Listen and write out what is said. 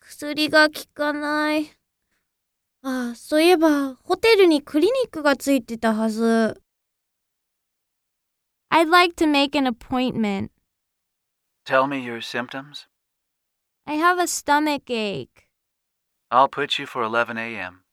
薬が効かない。ああ、そういえば、ホテルにクリニックがついてたはず。 I'd like to make an appointment. Tell me your symptoms. I have a stomach ache. I'll put you for 11 a.m.